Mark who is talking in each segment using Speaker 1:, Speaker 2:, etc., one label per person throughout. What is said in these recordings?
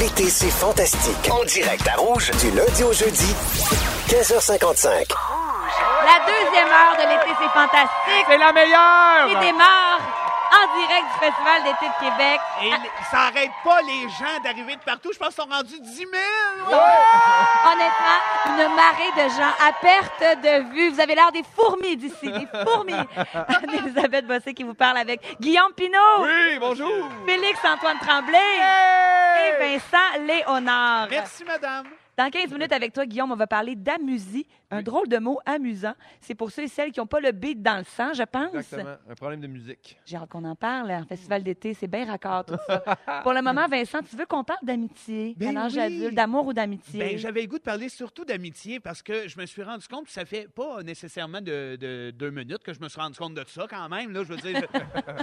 Speaker 1: L'été, c'est fantastique. En direct à Rouge, du lundi au jeudi, 15h55.
Speaker 2: La deuxième heure de l'été, c'est fantastique.
Speaker 3: C'est la
Speaker 2: Qui
Speaker 3: meilleure!
Speaker 2: démarre en direct du Festival d'été de Québec.
Speaker 4: Et il- ça arrête pas les gens d'arriver de partout. Je pense qu'ils sont rendus 10 000.
Speaker 2: Ah, Honnêtement, une marée de gens à perte de vue. Vous avez l'air des fourmis d'ici, des fourmis. Anne-Elisabeth Bossé qui vous parle avec Guillaume Pinault,
Speaker 3: Oui, bonjour!
Speaker 2: Félix-Antoine Tremblay et Vincent Léonard.
Speaker 4: Merci, madame.
Speaker 2: Dans 15 minutes avec toi, Guillaume, on va parler d'amusie. Un drôle de mot amusant. C'est pour ceux et celles qui n'ont pas le beat dans le sang, je pense.
Speaker 3: Exactement, un problème de musique.
Speaker 2: J'ai hâte qu'on en parle. Un festival d'été, c'est bien raccord tout ça. Pour le moment, Vincent, tu veux qu'on parle d'amitié,
Speaker 4: Ben
Speaker 2: à l'âge
Speaker 4: oui.
Speaker 2: adulte, d'amour ou d'amitié?
Speaker 4: Ben, J'avais le goût de parler surtout d'amitié parce que je me suis rendu compte, ça fait pas nécessairement de, de deux minutes que je me suis rendu compte de ça quand même. Là, je veux dire,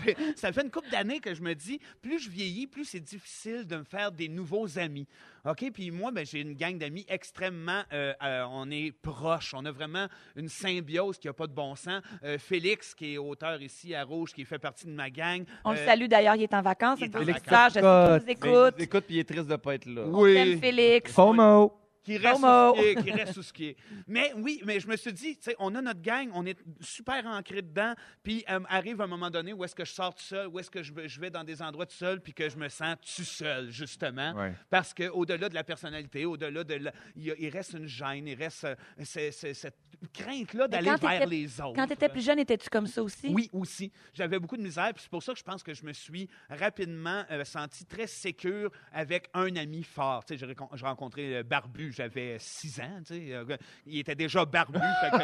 Speaker 4: je- ça fait une couple d'années que je me dis, plus je vieillis, plus c'est difficile de me faire des nouveaux amis. OK? Puis moi, ben, j'ai une gang d'amis extrêmement. euh, euh, on est proches. On a vraiment une symbiose qui n'a pas de bon sens. Euh, Félix, qui est auteur ici à Rouge, qui fait partie de ma gang.
Speaker 2: On le
Speaker 4: Euh,
Speaker 2: salue d'ailleurs, il est en vacances.
Speaker 4: il est
Speaker 2: c'est
Speaker 4: en
Speaker 2: nos
Speaker 4: vacances.
Speaker 2: auditeurs, Je sais
Speaker 3: Mais
Speaker 2: qu'il
Speaker 3: il nous
Speaker 2: nous écoute.
Speaker 3: écoute, puis il est triste de pas être là.
Speaker 2: On t'aime, Félix.
Speaker 3: FOMO!
Speaker 4: Qui reste
Speaker 2: Homo.
Speaker 4: sous ce qui est, qui reste sous ce qui est. Mais oui, mais je me suis dit, tu sais, on a notre gang, on est super ancré dedans, puis euh, arrive un moment donné où est-ce que je sors tout seul, où est-ce que je, vais- je vais dans des endroits tout seul, puis que je me sens tout seul, justement.
Speaker 3: Ouais.
Speaker 4: Parce que au delà de la personnalité, au-delà de... la- il, y a- il reste une gêne, il reste euh, c'est- c'est- cette crainte-là
Speaker 2: Mais
Speaker 4: d'aller
Speaker 2: quand
Speaker 4: vers
Speaker 2: t'étais-
Speaker 4: les autres.
Speaker 2: Quand tu étais plus jeune, étais-tu comme ça aussi?
Speaker 4: Oui, aussi. J'avais beaucoup de misère, puis c'est pour ça que je pense que je me suis rapidement euh, senti très sécure avec un ami fort. Tu sais, j'ai recon- j'ai rencontré euh, Barbu, j'avais 6 ans, tu sais, euh, il était déjà Barbu. fait que-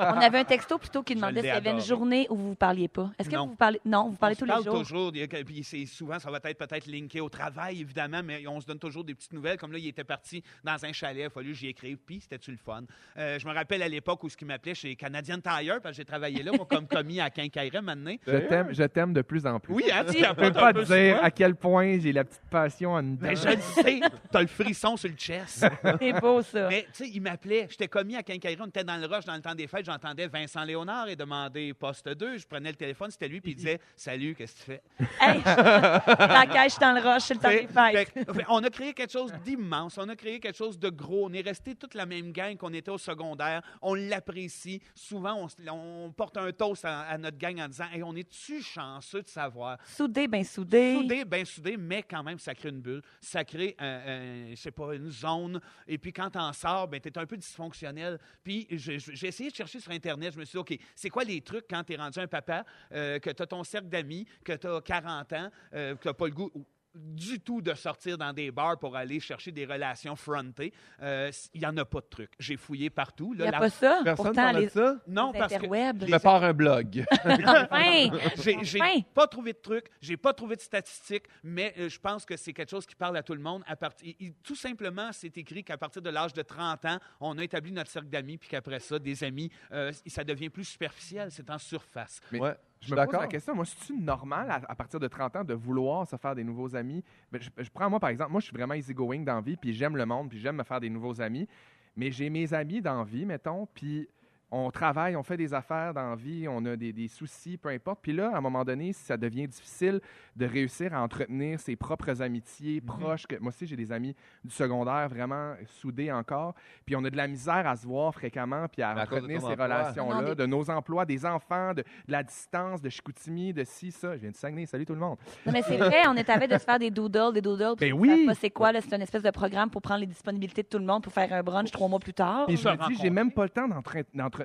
Speaker 2: On avait un texto plutôt qui demandait s'il
Speaker 4: l'ai
Speaker 2: y avait une
Speaker 4: adoré.
Speaker 2: journée où vous vous parliez pas. Est-ce que
Speaker 4: Non.
Speaker 2: vous vous parlez? Non, vous
Speaker 4: on
Speaker 2: parlez
Speaker 4: se
Speaker 2: tous les
Speaker 4: parle
Speaker 2: jours.
Speaker 4: toujours, il y a- puis c'est souvent, ça va être peut-être linké au travail, évidemment, mais on se donne toujours des petites nouvelles. Comme là, il était parti dans un chalet, il a fallu que j'y écrive, puis c'était-tu le fun? Euh, je me rappelle à l'époque où ce qui m'appelait chez Canadian Tire, parce que j'ai travaillé là, moi, comme commis à Quincaillerie, maintenant.
Speaker 5: Je t'aime, je t'aime de plus en plus.
Speaker 4: Oui, hein, tu
Speaker 2: Oui.
Speaker 5: Je peux
Speaker 4: capotes un
Speaker 5: pas
Speaker 4: peu
Speaker 5: te
Speaker 4: sur
Speaker 5: dire
Speaker 4: moi.
Speaker 5: à quel point j'ai la petite passion en dedans.
Speaker 4: Ben, je le sais, t'as le frisson sur le chest.
Speaker 2: C'est beau, ça.
Speaker 4: Mais tu sais, il m'appelait, j'étais commis à Quincaillerie, on était dans le rush dans le temps des fêtes, j'entendais Vincent Léonard et demandait poste 2, je prenais le téléphone, c'était lui, puis il disait Salut, qu'est-ce que tu fais?
Speaker 2: Hey, la cage dans le roche, c'est le temps des
Speaker 4: Fait-
Speaker 2: fêtes.
Speaker 4: fait- fait- on a créé quelque chose d'immense, on a créé quelque chose de gros, on est resté toute la même gang qu'on était au secondaire, on l'apprécie, souvent on, se- on porte un toast à, à notre gang en disant Hey, on est-tu chanceux de savoir?
Speaker 2: Soudé, ben soudé.
Speaker 4: Soudé, bien soudé, mais quand même, ça crée une bulle. Ça crée, euh, euh, je sais pas, une zone. Et puis quand t'en sors, ben t'es un peu dysfonctionnel. Puis je- je- j'ai essayé de chercher sur Internet. Je me suis dit, OK, c'est quoi les trucs quand t'es rendu un papa, euh, que t'as ton cercle d'amis, que t'as 40 ans, euh, que t'as pas le goût du tout de sortir dans des bars pour aller chercher des relations frontées. Euh, s- Il y en a pas de trucs. J'ai fouillé partout.
Speaker 2: Il
Speaker 4: là.
Speaker 2: n'y a
Speaker 4: La-
Speaker 2: pas ça.
Speaker 5: Personne
Speaker 2: Pourtant,
Speaker 5: parle de
Speaker 2: les.
Speaker 5: ça?
Speaker 4: Non,
Speaker 2: les
Speaker 4: parce que
Speaker 2: interwebs.
Speaker 4: les
Speaker 5: Je me pars un blog.
Speaker 2: Enfin!
Speaker 4: j'ai j'ai
Speaker 2: Enfin!
Speaker 4: pas trouvé de truc, j'ai pas trouvé de statistiques, mais euh, je pense que c'est quelque chose qui parle à tout le monde. À part- il- il- tout simplement, c'est écrit qu'à partir de l'âge de 30 ans, on a établi notre cercle d'amis, puis qu'après ça, des amis, euh, ça devient plus superficiel, c'est en surface.
Speaker 5: Mais
Speaker 3: Ouais, je
Speaker 5: je
Speaker 3: suis
Speaker 5: me pose
Speaker 3: d'accord.
Speaker 5: la question, moi, c'est-tu normal à, à partir de 30 ans de vouloir se faire des nouveaux amis? Ben, je, je prends moi, par exemple, moi, je suis vraiment easygoing dans la vie, puis j'aime le monde, puis j'aime me faire des nouveaux amis. Mais j'ai mes amis dans la vie, mettons, puis on travaille, on fait des affaires dans la vie, on a des, des soucis, peu importe. Puis là, à un moment donné, ça devient difficile de réussir à entretenir ses propres
Speaker 3: Mhm.
Speaker 5: amitiés proches. Que, moi aussi, j'ai des amis du secondaire vraiment soudés encore. Puis on a de la misère à se voir fréquemment, puis à,
Speaker 3: Mais à cause de
Speaker 5: entretenir
Speaker 3: ton
Speaker 5: ces
Speaker 3: emploi.
Speaker 2: Non, mais-
Speaker 5: relations-là, de nos emplois, des enfants, de, de la distance, de Chicoutimi, de ci, ça. Je viens de Saguenay, salut tout le monde.
Speaker 2: Non, mais c'est vrai, on est à la veille de se faire des doodles, des doodles. puis
Speaker 5: Ben
Speaker 2: on sait
Speaker 5: oui.
Speaker 2: pas c'est quoi, là, c'est une espèce de programme pour prendre les disponibilités de tout le monde pour faire un brunch trois mois plus tard.
Speaker 5: Puis je me dis,
Speaker 4: rencontre.
Speaker 5: j'ai même pas le temps d'entre- d'entretenir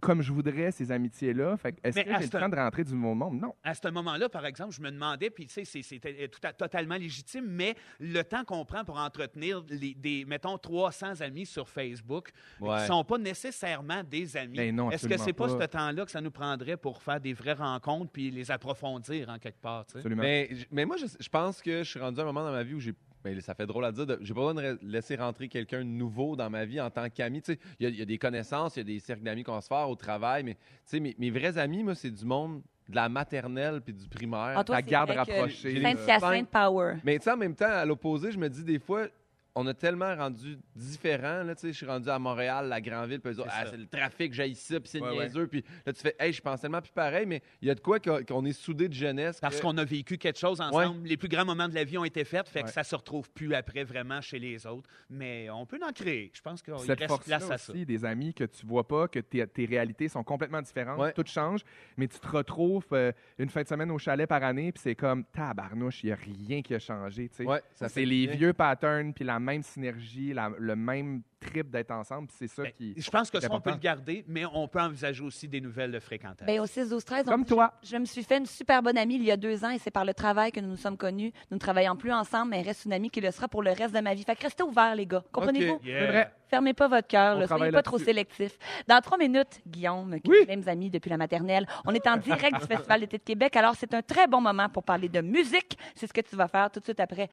Speaker 5: comme je voudrais ces amitiés-là. Fait que est-ce
Speaker 4: Mais
Speaker 5: que j'ai le
Speaker 4: Aston-
Speaker 5: temps de rentrer du nouveau monde? Non.
Speaker 4: À ce moment-là, par exemple, je me demandais, puis tu sais, c'est- c'était euh, tout à- totalement légitime, mais le temps qu'on prend pour entretenir les, des, mettons, 300 amis sur Facebook, qui
Speaker 3: Ouais.
Speaker 4: ne sont pas nécessairement des amis,
Speaker 5: Ben non,
Speaker 4: est-ce que
Speaker 5: absolument
Speaker 4: c'est pas,
Speaker 5: pas.
Speaker 4: ce temps-là que ça nous prendrait pour faire des vraies rencontres puis les approfondir en quelque part, tu sais?
Speaker 5: Absolument.
Speaker 3: Mais, j- mais moi, je, je pense que je suis rendu à un moment dans ma vie où j'ai. ben, ça fait drôle à dire, de- j'ai pas besoin de re- laisser rentrer quelqu'un de nouveau dans ma vie en tant qu'ami. Tu sais, il y a- il y, a des connaissances, il y a des cercles d'amis qu'on va se faire au travail, mais tu sais, mes, mes vrais amis, moi, c'est du monde de la maternelle puis du primaire.
Speaker 2: Ah, toi,
Speaker 5: la
Speaker 2: c'est
Speaker 5: garde
Speaker 2: vrai que
Speaker 5: rapprochée.
Speaker 2: Sainte-Hyacinthe Power.
Speaker 3: Mais tu sais, en même temps, à l'opposé, je me dis des fois, on a tellement rendu différent. Là, tu sais, je suis rendu à Montréal, la grande ville, puis eux autres,
Speaker 4: C'est
Speaker 3: Ah,
Speaker 4: ça.
Speaker 3: c'est le trafic, j'ai ici, puis c'est
Speaker 5: Ouais, ouais.
Speaker 3: niaiseux. Puis là, tu fais, hey, je pense tellement plus pareil, mais il y a de quoi qu'on qu'on est soudés de jeunesse.
Speaker 4: Parce
Speaker 3: que-
Speaker 4: qu'on a vécu quelque chose ensemble. Les plus grands moments de la vie ont été faits, fait que ça se retrouve plus après vraiment chez les autres. Mais on peut en créer. Je pense qu'il
Speaker 5: cette
Speaker 4: reste
Speaker 5: force-là
Speaker 4: place à ça.
Speaker 5: aussi, des amis que tu vois pas, que tes, tes réalités sont complètement différentes,
Speaker 3: Ouais.
Speaker 5: tout change, mais tu te retrouves euh, une fin de semaine au chalet par année, puis c'est comme tabarnouche, il n'y a rien qui a changé. tu sais.
Speaker 3: Ouais, ça fait
Speaker 5: c'est les
Speaker 3: bien.
Speaker 5: vieux patterns, puis la même synergie, la- le même trip d'être ensemble, puis c'est ça
Speaker 4: Ben,
Speaker 5: qui.
Speaker 4: je pense que
Speaker 5: est
Speaker 4: ça, on peut
Speaker 5: important.
Speaker 4: le garder, mais on peut envisager aussi des nouvelles fréquentations.
Speaker 2: Ben, au 6, 12, 13.
Speaker 5: Comme toi.
Speaker 2: Je me suis fait une super bonne amie il y a deux ans et c'est par le travail que nous nous sommes connus. Nous ne travaillons plus ensemble, mais reste une amie qui le sera pour le reste de ma vie. Fait que restez ouverts, les gars. Comprenez-vous?
Speaker 4: Yeah.
Speaker 5: C'est vrai.
Speaker 2: Fermez pas votre cœur,
Speaker 5: On
Speaker 2: là. soyez
Speaker 5: travaille
Speaker 2: pas trop
Speaker 5: là-dessus.
Speaker 2: sélectif. Dans trois minutes, Guillaume, qui est les mêmes amis depuis la maternelle, on est en direct du Festival d'été de Québec, alors c'est un très bon moment pour parler de musique. C'est ce que tu vas faire tout de suite après.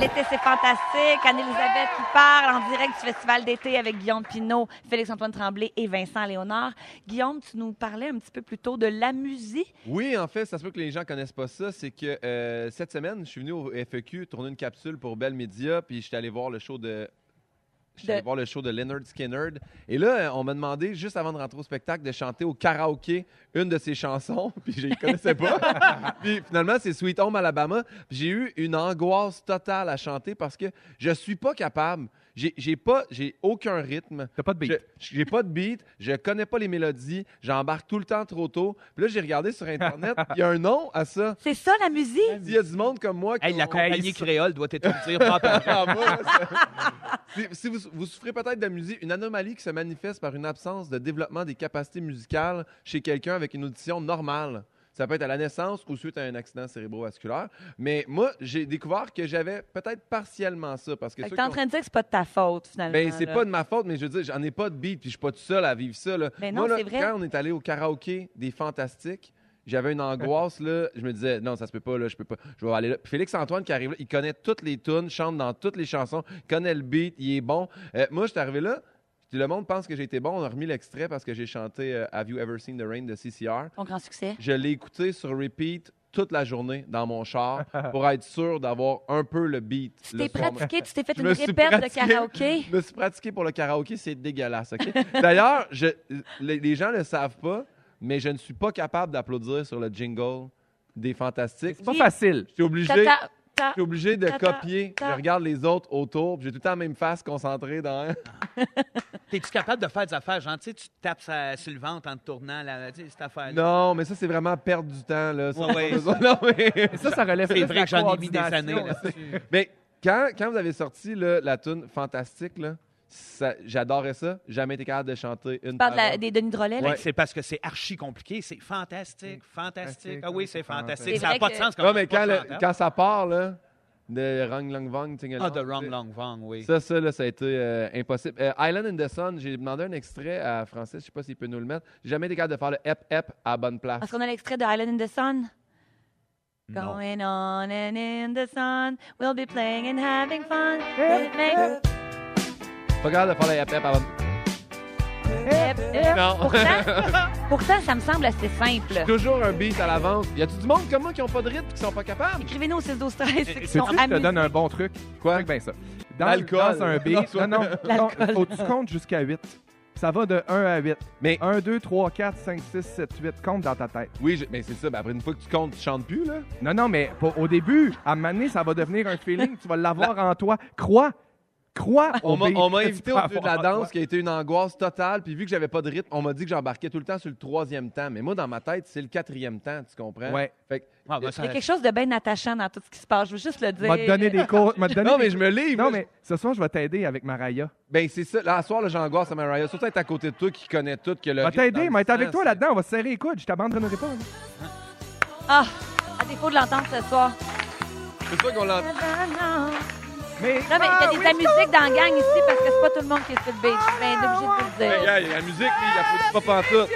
Speaker 2: L'été, c'est fantastique. Anne-Elisabeth qui parle en direct du Festival d'été avec Guillaume Pinault, Félix-Antoine Tremblay et Vincent Léonard. Guillaume, tu nous parlais un petit peu plus tôt de la musique.
Speaker 3: Oui, en fait, ça se peut que les gens connaissent pas ça. C'est que euh, cette semaine, je suis venu au FEQ tourner une capsule pour Bell Media, puis j'étais allé voir le show de. J'étais
Speaker 2: De-
Speaker 3: allé voir le show de Leonard Skinner. Et là, euh, on m'a demandé, juste avant de rentrer au spectacle, de chanter au karaoké une de ses chansons. Puis je les connaissais pas. puis finalement, c'est Sweet Home Alabama. Puis j'ai eu une angoisse totale à chanter parce que je suis pas capable. J'ai j'ai pas, j'ai aucun rythme.
Speaker 5: T'as pas de beat.
Speaker 3: Je- J'ai pas de beat, je connais pas les mélodies, j'embarque tout le temps trop tôt. Puis là, j'ai regardé sur Internet, il y a un nom à ça.
Speaker 2: C'est ça, la musique?
Speaker 3: Il y a du monde comme moi qui.
Speaker 4: Hey, la
Speaker 3: ont-
Speaker 4: compagnie créole doit être le dire. pas par-
Speaker 3: Ah, moi, ça- si, si vous, vous souffrez peut-être de musique, une anomalie qui se manifeste par une absence de développement des capacités musicales chez quelqu'un avec une audition normale. Ça peut être à la naissance ou suite à un accident cérébrovasculaire. Mais moi, j'ai découvert que j'avais peut-être partiellement ça. Parce que
Speaker 2: Fait que
Speaker 3: ceux
Speaker 2: t'es en
Speaker 3: qui ont-
Speaker 2: train de dire que c'est pas de ta faute, finalement.
Speaker 3: Ben, c'est
Speaker 2: là.
Speaker 3: pas de ma faute, mais je veux dire, j'en ai pas de beat, puis je suis pas tout seul à vivre ça. Là.
Speaker 2: Ben
Speaker 3: Moi,
Speaker 2: non,
Speaker 3: là,
Speaker 2: c'est vrai.
Speaker 3: quand on est allé au karaoké des Fantastiques, j'avais une angoisse, là. Je me disais, non, ça se peut pas, là, je peux pas. Je vais aller là. Puis Félix-Antoine qui arrive là, il connaît toutes les tunes, chante dans toutes les chansons, connaît le beat, il est bon. Euh, moi, je suis arrivé là. puis Le monde pense que j'ai été bon. On a remis l'extrait parce que j'ai chanté euh, Have You Ever Seen the Rain de CCR.
Speaker 2: Ton grand succès.
Speaker 3: Je l'ai écouté sur repeat toute la journée dans mon char pour être sûr d'avoir un peu le beat.
Speaker 2: Tu
Speaker 3: le
Speaker 2: t'es
Speaker 3: soir même.
Speaker 2: pratiqué, tu t'es fait
Speaker 3: Je
Speaker 2: une
Speaker 3: me suis
Speaker 2: répète de
Speaker 3: pratiqué.
Speaker 2: karaoké.
Speaker 3: Je me suis pratiqué pour le karaoké, c'est dégueulasse, OK? D'ailleurs, je, les, les gens le savent pas, mais je ne suis pas capable d'applaudir sur le jingle des Fantastiques.
Speaker 5: C'est pas
Speaker 2: Oui.
Speaker 5: facile.
Speaker 3: Je suis obligé,
Speaker 2: Ta-
Speaker 3: je
Speaker 2: ta- ta-
Speaker 3: suis obligé de
Speaker 2: Ta- ta-
Speaker 3: copier.
Speaker 2: ta-
Speaker 3: Je regarde les autres autour, puis j'ai tout le temps la même face concentrée dans...
Speaker 4: T'es-tu capable de faire des affaires gentilles? Tu te tapes sa- sur le ventre en te tournant la, tu sais, cette affaire-là.
Speaker 3: Non, mais ça, c'est vraiment perdre du temps, là. Ça,
Speaker 4: Ouais,
Speaker 3: on a
Speaker 4: ouais.
Speaker 3: besoin- non, mais-
Speaker 5: Et ça, ça relève
Speaker 4: C'est
Speaker 5: plus de
Speaker 4: vrai
Speaker 5: la
Speaker 4: que j'en ai mis des années.
Speaker 5: coordination.
Speaker 4: là-dessus.
Speaker 3: Mais quand, quand vous avez sorti là, la tune Fantastique, là, ça- j'adorais ça. Jamais été capable de chanter une
Speaker 2: Tu parles de la-
Speaker 3: parole.
Speaker 2: des Denis Drolet, là?
Speaker 4: Ben, C'est parce que c'est archi compliqué. C'est fantastique, fantastique. Ah oui, c'est fantastique.
Speaker 2: C'est
Speaker 4: Ça n'a
Speaker 2: vrai
Speaker 4: pas
Speaker 2: que-
Speaker 4: de sens.
Speaker 3: Non, mais quand,
Speaker 4: on
Speaker 3: le-
Speaker 4: s'entend.
Speaker 3: quand ça part, là, de Rang Lang Vang, Tingalang,
Speaker 4: Ah, The Wrong Long Vong, oui.
Speaker 3: Ça, ça, là, ça a été euh, impossible. Euh, Island in the Sun, j'ai demandé un extrait à Francis, je sais pas s'il peut nous le mettre. J'ai jamais été capable de faire le ep ep à la bonne place.
Speaker 2: Est-ce qu'on a l'extrait de Island in the Sun?
Speaker 4: Non. Ah,
Speaker 2: Going on and in the sun, we'll be playing and having fun. We'll make
Speaker 3: Pas capable de faire le ep ep à la bonne
Speaker 2: hip, hip.
Speaker 3: Non.
Speaker 2: Pourtant, pourtant, ça me semble assez simple.
Speaker 3: Toujours un beat à l'avance. Y a-tu du monde comme moi qui ont pas de rythme, qui sont pas capables?
Speaker 2: Écrivez-nous au 6 12 13 ceux qui
Speaker 5: Tu
Speaker 2: sont
Speaker 5: veux-tu que je te
Speaker 2: amusés.
Speaker 5: donne un bon truc?
Speaker 3: Quoi?
Speaker 5: Check bien ça. Dans,
Speaker 3: L'alcool.
Speaker 5: dans un beat.
Speaker 3: Non,
Speaker 5: Non, non.
Speaker 2: L'alcool.
Speaker 5: Faut que tu comptes jusqu'à 8. Ça va de 1 à 8.
Speaker 3: Mais
Speaker 5: 1, 2, 3, 4, 5, 6, 7, 8. Compte dans ta tête.
Speaker 3: oui, je- mais c'est ça. Mais après une fois que tu comptes, tu chantes plus là.
Speaker 5: Non, non, mais pas- au début, à un moment donné, ça va devenir un feeling. Tu vas l'avoir en toi. Crois. Crois. au
Speaker 3: On m'a-
Speaker 5: beat
Speaker 3: on m'a
Speaker 5: que tu
Speaker 3: invité
Speaker 5: peux
Speaker 3: au Dieu de la
Speaker 5: avoir en toi.
Speaker 3: danse, qui a été une angoisse totale. Puis vu que j'avais pas de rythme, on m'a dit que j'embarquais tout le temps sur le troisième temps. Mais moi, dans ma tête, c'est le quatrième temps, tu comprends?
Speaker 5: Ouais.
Speaker 3: Fait que-
Speaker 4: Ah, ben, ça-
Speaker 2: Il y a quelque chose de bien attachant dans tout ce qui se passe, je veux juste le dire.
Speaker 5: M'a donné des cours. m'a donné
Speaker 3: non,
Speaker 5: des-
Speaker 3: mais je me livre.
Speaker 5: Non,
Speaker 3: là.
Speaker 5: mais ce soir, je vais t'aider avec Mariah.
Speaker 3: Ben, c'est ça. Là, à soir, là, j'angoisse à Mariah. Surtout être à côté de toi qui connaît tout. Que le
Speaker 5: Je vais
Speaker 3: rythme dans
Speaker 5: t'aider.
Speaker 3: le
Speaker 5: Mais être avec
Speaker 3: sang,
Speaker 5: toi
Speaker 3: c'est-
Speaker 5: là-dedans, on va se serrer les coudes. Je t'abandonnerai pas. là.
Speaker 2: Ah, à défaut de l'entendre ce soir.
Speaker 3: C'est sûr qu'on l'entend.
Speaker 5: Mais.
Speaker 2: Non, mais il y a
Speaker 5: Ah,
Speaker 2: des
Speaker 5: oui,
Speaker 2: la musique dans la gang ici parce que c'est pas tout le monde qui est sur le beach. Je suis bien obligée de
Speaker 5: Ah,
Speaker 2: le dire.
Speaker 3: Regarde, il y a la musique, puis il applaudit pas pantoute.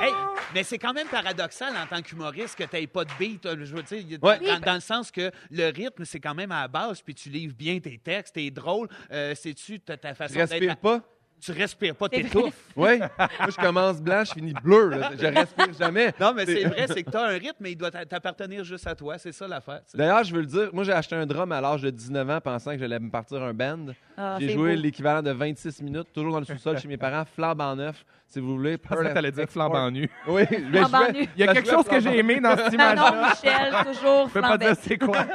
Speaker 4: Hey, mais c'est quand même paradoxal en tant qu'humoriste que tu n'aies pas de beat. euh, Je veux dire, y a-
Speaker 3: Ouais.
Speaker 4: dans, dans le sens que le rythme, c'est quand même à la base, puis tu livres bien tes textes, t'es drôle. Euh, Sais-tu, t'as ta façon
Speaker 3: Respire
Speaker 4: d'être.
Speaker 3: pas.
Speaker 4: tu respires pas,
Speaker 2: C'est
Speaker 4: t'étouffes.
Speaker 3: Oui. Moi, je commence blanc, je finis bleu. là. Je respire jamais.
Speaker 4: Non, mais c'est vrai, c'est que t'as un rythme, mais il doit t'a- t'appartenir juste à toi. C'est ça l'affaire. tu sais.
Speaker 3: D'ailleurs, je veux le dire, moi j'ai acheté un drum à l'âge de 19 ans pensant que j'allais me partir un band.
Speaker 2: Ah,
Speaker 3: j'ai
Speaker 2: c'est
Speaker 3: joué
Speaker 2: beau.
Speaker 3: l'équivalent de 26 minutes, toujours dans le sous-sol chez mes parents, flambe en neuf, si vous voulez.
Speaker 5: Je pensais que t'allais dire flambant nu.
Speaker 3: Oui, mais
Speaker 2: Flambe en
Speaker 3: je vais-
Speaker 2: nu.
Speaker 5: Il y a
Speaker 3: Ça
Speaker 5: quelque
Speaker 3: jouait
Speaker 5: chose que
Speaker 3: flambant.
Speaker 5: j'ai aimé dans cette
Speaker 2: Non,
Speaker 5: image-là.
Speaker 2: non, Michel, toujours
Speaker 5: Je peux pas
Speaker 2: flambé.
Speaker 5: dire c'est quoi.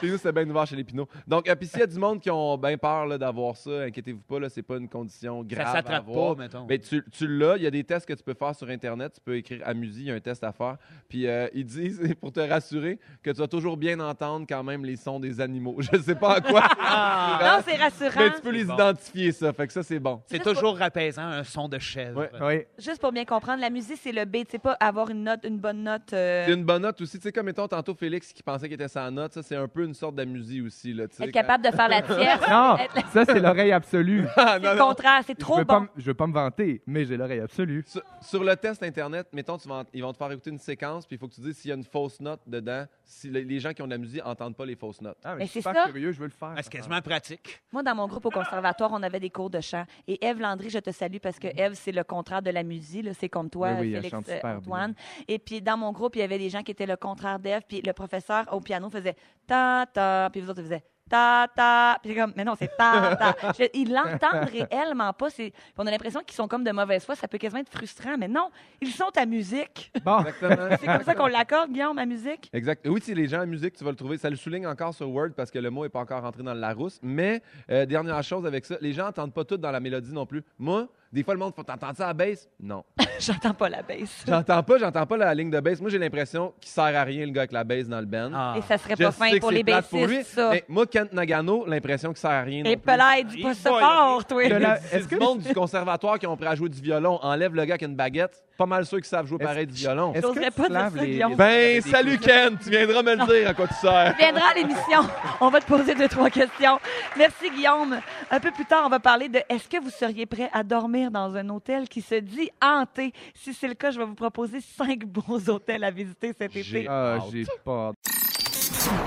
Speaker 3: Chez nous, c'est bien ouvert chez les Pinots. Donc, euh, puis s'il y a du monde qui ont bien peur là, d'avoir ça, inquiétez-vous pas, là, c'est pas une condition grave.
Speaker 4: Ça
Speaker 3: à
Speaker 4: s'attrape
Speaker 3: avoir.
Speaker 4: pas, mettons.
Speaker 3: Ben, tu tu l'as, il y a des tests que tu peux faire sur Internet. Tu peux écrire Amusi, il y a un test à faire. Puis euh, ils disent, pour te rassurer, que tu vas toujours bien entendre quand même les sons des animaux. Je sais pas à quoi.
Speaker 2: Non, c'est rassurant.
Speaker 3: Mais Ben, tu peux les
Speaker 4: bon. Euh.
Speaker 3: identifier, ça. Fait que ça, c'est bon.
Speaker 4: C'est toujours apaisant, un son de chèvre.
Speaker 3: Ouais.
Speaker 5: Oui.
Speaker 2: Juste pour bien comprendre, la musique, c'est le B. C'est pas avoir une note, une bonne note. euh,
Speaker 3: C'est une bonne note aussi. Tu sais, comme mettons tantôt Félix qui pensait qu'il était sans note, ça, c'est un peu une sorte d'amusie aussi. Là, tu sais,
Speaker 2: Être capable de faire la tierce.
Speaker 5: Non,
Speaker 2: Être la-
Speaker 5: ça, c'est l'oreille absolue.
Speaker 3: Ah, non,
Speaker 2: C'est le
Speaker 3: non.
Speaker 2: contraire, c'est
Speaker 5: je
Speaker 2: trop
Speaker 5: veux pas
Speaker 2: bon.
Speaker 5: m- je veux pas me vanter, mais j'ai l'oreille absolue.
Speaker 3: Sur, sur le test Internet, mettons, tu vas en- ils vont te faire écouter une séquence, puis il faut que tu dises s'il y a une fausse note dedans. Si le- les gens qui ont de la musique n'entendent pas les fausses notes.
Speaker 5: Ah,
Speaker 2: Mais
Speaker 5: je suis
Speaker 2: c'est
Speaker 5: super
Speaker 2: ça.
Speaker 5: curieux, je veux le faire.
Speaker 4: Ah, C'est quasiment pratique.
Speaker 2: Moi, dans mon groupe au conservatoire, on avait des cours de chant. Et Eve Landry, je te salue parce que
Speaker 3: Mm-hmm.
Speaker 2: Eve, c'est le contraire de la musique. là. C'est comme toi,
Speaker 5: Oui, oui, elle
Speaker 2: Félix
Speaker 5: chante
Speaker 2: euh,
Speaker 5: super
Speaker 2: Antoine. Et puis, dans mon groupe, il y avait des gens qui étaient le contraire d'Eve. Puis, le professeur au piano faisait ta ta. Puis, vous autres, vous faisiez ta ta. Puis, c'est comme, mais non, c'est ta ta. Je- Ils l'entendent réellement pas. C'est- puis On a l'impression qu'ils sont comme de mauvaise foi. Ça peut quasiment être frustrant. Mais non, ils sont à musique.
Speaker 5: Bon,
Speaker 3: Exactement.
Speaker 2: C'est comme ça qu'on l'accorde, Guillaume, à musique.
Speaker 3: Exact. Oui, si les gens à musique, tu vas le trouver. Ça le souligne encore sur Word parce que le mot n'est pas encore rentré dans le Larousse. Mais euh, dernière chose avec ça, les gens n'entendent pas tout dans la mélodie non plus. Moi, des fois, le monde, faut t'entendre ça à la baisse? Non.
Speaker 2: J'entends pas la baisse.
Speaker 3: J'entends pas, j'entends pas la ligne de baisse. Moi, j'ai l'impression qu'il sert à rien le gars avec la baisse dans le band.
Speaker 4: Ah.
Speaker 2: Et ça serait
Speaker 3: Je
Speaker 2: pas fin
Speaker 3: sais que
Speaker 2: pour
Speaker 3: c'est
Speaker 2: les
Speaker 3: plate pour lui,
Speaker 2: baissistes, ça.
Speaker 3: mais moi, Kent Nagano, l'impression qu'il sert à rien. non
Speaker 2: Et
Speaker 3: plus.
Speaker 2: Pelay, dis pas
Speaker 4: Il
Speaker 2: ça
Speaker 4: va,
Speaker 2: fort, toi.
Speaker 5: De la-
Speaker 3: C'est
Speaker 5: Est-ce
Speaker 3: du
Speaker 5: que-
Speaker 3: monde du conservatoire qui ont appris à jouer du violon. Enlève le gars qui a une baguette. Pas mal ceux qui savent jouer
Speaker 5: Est-ce-
Speaker 3: pareil du violon.
Speaker 5: est-ce
Speaker 2: J'oserais
Speaker 5: que
Speaker 2: pas
Speaker 5: tu
Speaker 2: dire
Speaker 5: laves
Speaker 2: ça,
Speaker 5: les...
Speaker 2: Guillaume.
Speaker 3: Ben, salut Ken, tu viendras me le dire à quoi tu sers.
Speaker 2: viendra à l'émission. On va te poser deux, trois questions. Merci, Guillaume. Un peu plus tard, on va parler de est-ce que vous seriez prêt à dormir dans un hôtel qui se dit hanté? Si c'est le cas, je vais vous proposer cinq bons hôtels à visiter cet été.
Speaker 3: J'ai-
Speaker 5: Ah, j'ai pas...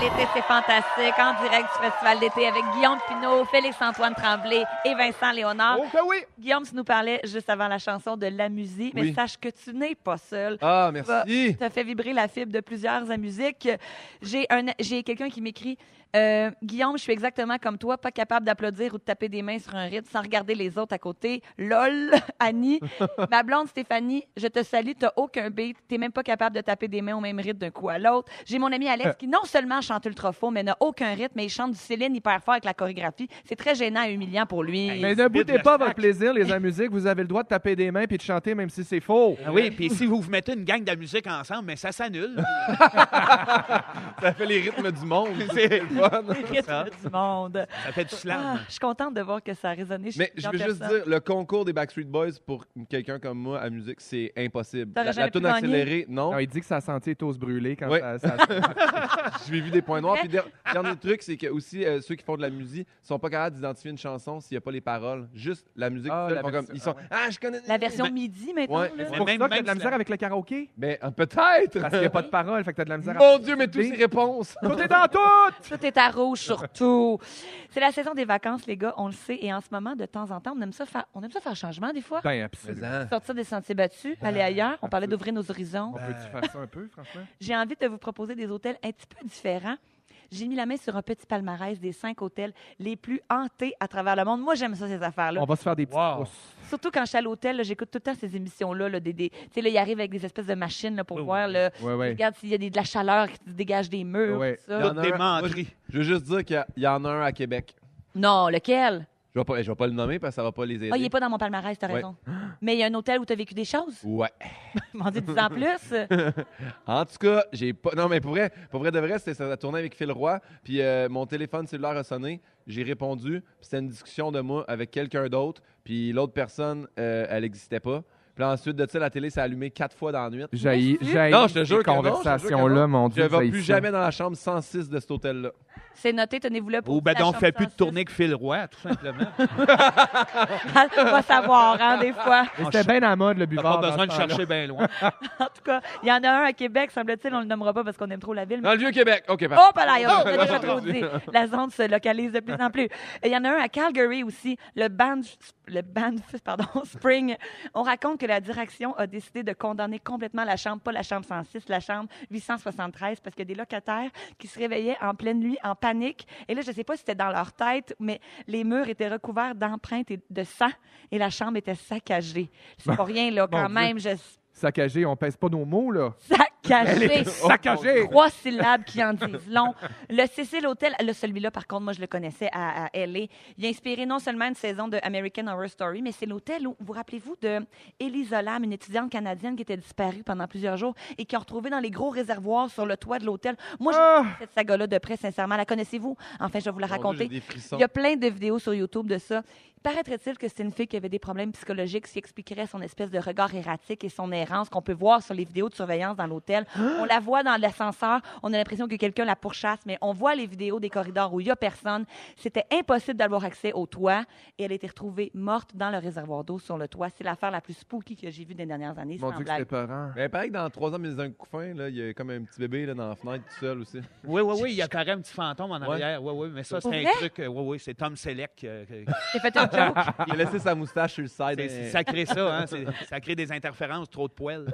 Speaker 2: L'été, c'est fantastique. En direct du Festival d'été avec Guillaume Pinault, Félix-Antoine Tremblay et Vincent Léonard.
Speaker 5: Oh, que oui!
Speaker 2: Guillaume, tu nous parlais juste avant la chanson de la musique, mais
Speaker 3: Oui.
Speaker 2: sache que tu n'es pas seul.
Speaker 3: Ah,
Speaker 2: Ça
Speaker 5: Bah.
Speaker 3: merci.
Speaker 2: fait vibrer la fibre de plusieurs à musique. J'ai un, j'ai quelqu'un qui m'écrit euh, Guillaume, je suis exactement comme toi, pas capable d'applaudir ou de taper des mains sur un rythme sans regarder les autres à côté. Lol, Annie. Ma blonde Stéphanie, je te salue, t'as aucun beat, t'es même pas capable de taper des mains au même rythme d'un coup à l'autre. J'ai mon ami Alex qui non seulement chante ultra faux, mais n'a aucun rythme, mais il chante du Céline hyper fort avec la chorégraphie. C'est très gênant et humiliant pour lui.
Speaker 5: Mais
Speaker 4: Vide
Speaker 5: ne
Speaker 4: le
Speaker 5: boutez pas
Speaker 4: sac.
Speaker 5: votre plaisir, les amusiques. Vous avez le droit de taper des mains puis de chanter, même si c'est faux.
Speaker 4: Ah oui, puis si vous vous mettez une gang de musique ensemble, mais ça s'annule.
Speaker 3: Ça fait les rythmes du monde.
Speaker 4: C'est-
Speaker 2: Rythme du monde.
Speaker 4: ça fait du
Speaker 2: Ah,
Speaker 4: slam.
Speaker 2: je suis contente de voir que ça a résonné chez
Speaker 3: Mais je
Speaker 2: plusieurs
Speaker 3: veux juste
Speaker 2: personnes.
Speaker 3: dire, le concours des Backstreet Boys pour quelqu'un comme moi à musique, c'est impossible.
Speaker 2: T'aurais
Speaker 3: La,
Speaker 2: jamais
Speaker 3: la
Speaker 2: pu
Speaker 3: toune
Speaker 2: gagner.
Speaker 3: accélérée, non.
Speaker 5: Non, il dit que sa sentier est se brûler quand
Speaker 3: Oui.
Speaker 5: ça, ça-
Speaker 3: J'ai vu des points noirs. Puis der- dernier truc, c'est que aussi euh, ceux qui font de la musique sont pas capables d'identifier une chanson s'il n'y a pas les paroles. Juste la musique.
Speaker 5: Ah,
Speaker 3: seule,
Speaker 5: la
Speaker 3: ils font comme-
Speaker 5: version-
Speaker 3: ils sont.
Speaker 5: ah ouais.
Speaker 3: Ah, je connais.
Speaker 2: La version midi maintenant.
Speaker 3: Ouais,
Speaker 2: là.
Speaker 5: C'est pour
Speaker 4: même-
Speaker 5: ça que t'as
Speaker 4: même
Speaker 5: de la
Speaker 4: si
Speaker 5: misère
Speaker 4: la-
Speaker 5: avec le karaoké.
Speaker 3: Mais euh, peut-être.
Speaker 5: Parce qu'il n'y a pas de parole, fait que t'as de la misère
Speaker 3: Mon Dieu, mais toutes ces
Speaker 5: Des-
Speaker 3: réponses.
Speaker 5: à... Tout est dans tout!
Speaker 2: Tout est à rouge surtout. C'est la saison des vacances, les gars, on le sait. Et en ce moment, de temps en temps, on aime ça faire, on aime ça faire changement des fois.
Speaker 5: Ben, absolument.
Speaker 2: Sortir des sentiers battus, aller ailleurs. On parlait d'ouvrir nos horizons.
Speaker 5: On peut-tu faire ça un peu, franchement?
Speaker 2: J'ai envie de vous proposer des hôtels un petit peu différents. J'ai mis la main sur un petit palmarès des cinq hôtels les plus hantés à travers le monde. Moi, j'aime ça, ces affaires-là.
Speaker 5: On va se faire des petites
Speaker 4: Wow.
Speaker 5: courses.
Speaker 2: Surtout quand je suis à l'hôtel, là, j'écoute tout le temps ces émissions-là. Là, des, des- tu sais, là, ils arrivent avec des espèces de machines là, pour
Speaker 4: Oui,
Speaker 2: voir.
Speaker 4: oui.
Speaker 2: là,
Speaker 5: Oh, Ouais, ouais.
Speaker 2: Regarde s'il y a des- de la chaleur qui se dégage des murs.
Speaker 5: Ouais.
Speaker 2: tout ça.
Speaker 3: Il y en a
Speaker 4: Toutes
Speaker 3: un-
Speaker 4: des
Speaker 3: moi, je,
Speaker 4: menteries.
Speaker 3: je veux juste dire qu'il y a- il y en a un à Québec.
Speaker 2: Non, lequel?
Speaker 3: Je vais pas, je vais pas le nommer parce que ça va pas les aider.
Speaker 2: Ah, il n'est pas dans mon palmarès, t'as
Speaker 3: Ouais.
Speaker 2: raison. Mais il y a un hôtel où t'as vécu des choses.
Speaker 3: Ouais.
Speaker 2: M'en dis 10 ans plus.
Speaker 3: En tout cas, j'ai pas. Non, mais pour vrai, pour vrai de vrai, c'était ça a tourné avec Phil Roy. Puis euh, mon téléphone cellulaire a sonné. J'ai répondu. Puis c'était une discussion de moi avec quelqu'un d'autre. Puis l'autre personne, euh, elle n'existait pas. Puis là, ensuite de ça, la télé s'est allumée quatre fois dans la nuit.
Speaker 5: J'ai
Speaker 2: Monsieur?
Speaker 5: j'ai
Speaker 3: Non, je te jure que non, je te jure que
Speaker 5: conversation là
Speaker 3: non.
Speaker 5: mon
Speaker 3: Je
Speaker 5: Dieu.
Speaker 3: ne vais
Speaker 5: j'haïs
Speaker 3: plus
Speaker 5: ça.
Speaker 3: jamais dans la chambre 106 de cet hôtel-là.
Speaker 2: C'est noté, tenez-vous là pour.
Speaker 4: Ou ben
Speaker 2: la
Speaker 4: donc,
Speaker 2: chambre
Speaker 4: fais plus de
Speaker 2: sensible.
Speaker 4: tournée que Phil Roy, tout simplement.
Speaker 2: Ah, Pas savoir, hein, des fois.
Speaker 5: Mais C'était bien à la mode, le
Speaker 4: T'as
Speaker 5: buvard.
Speaker 4: pas besoin de
Speaker 5: dans ce temps-là.
Speaker 4: chercher bien loin.
Speaker 2: En tout cas, il y en a un à Québec, semble-t-il, on le nommera pas parce qu'on aime trop la ville. mais-
Speaker 3: Dans le Vieux-Québec. OK, parfait.
Speaker 2: Oh, pas là, on a déjà trop dit. La zone se localise de plus en plus. Il y en a un à Calgary aussi, le band, le band, pardon, Spring. On raconte que la direction a décidé de condamner complètement la chambre, pas la chambre 106, la chambre 873, parce qu'il y a des locataires qui se réveillaient en pleine nuit, en panique. Et là, je ne sais pas si c'était dans leur tête, mais les murs étaient recouverts d'empreintes et de sang, et la chambre était saccagée. C'est pas rien, là, quand
Speaker 5: Mon
Speaker 2: même. Je...
Speaker 5: Saccagé, on pèse pas nos mots, là.
Speaker 2: Saccagée.
Speaker 5: Oh,
Speaker 3: Oh,
Speaker 5: Saccagé!
Speaker 2: Trois syllabes qui en disent long. Le Cécile Hotel, là, celui-là, par contre, moi, je le connaissais à, à LA. Il a inspiré non seulement une saison de American Horror Story, mais c'est l'hôtel où, vous rappelez-vous de Elisa Lam, une étudiante canadienne qui était disparue pendant plusieurs jours et qui a retrouvé dans les gros réservoirs sur le toit de l'hôtel. Moi, je
Speaker 5: Ah!
Speaker 2: cette saga-là de près, sincèrement. La connaissez-vous? Enfin, je vais vous la
Speaker 3: Mon Dieu,
Speaker 2: raconter.
Speaker 3: j'ai des frissons.
Speaker 2: Il y a plein de vidéos sur YouTube de ça. Paraîtrait-il que c'est une fille qui avait des problèmes psychologiques, ce qui expliquerait son espèce de regard erratique et son errance qu'on peut voir sur les vidéos de surveillance dans l'hôtel. On la voit dans l'ascenseur, on a l'impression que quelqu'un la pourchasse, mais on voit les vidéos des corridors où il n'y a personne. C'était impossible d'avoir accès au toit et elle a été retrouvée morte dans le réservoir d'eau sur le toit. C'est l'affaire la plus spooky que j'ai vue des dernières années.
Speaker 5: Mon
Speaker 2: sans
Speaker 5: Dieu, que
Speaker 2: blague.
Speaker 5: c'était peurant.
Speaker 3: Mais Ben, pareil que dans 3 ans, mes un couffin, là, il y a comme un petit bébé là, dans la fenêtre tout seul aussi.
Speaker 4: Oui, oui, oui, il y a carrément un petit fantôme en arrière. Oui, oui, mais ça,
Speaker 2: Pour
Speaker 4: c'est un
Speaker 2: vrai?
Speaker 4: truc. euh, Oui, oui, c'est Tom Selleck. euh, que-
Speaker 2: J'ai fait un joke.
Speaker 3: Il a laissé sa moustache sur le side.
Speaker 4: c'est- c'est- ça crée ça, hein? c'est- Ça crée des interférences, trop de poils.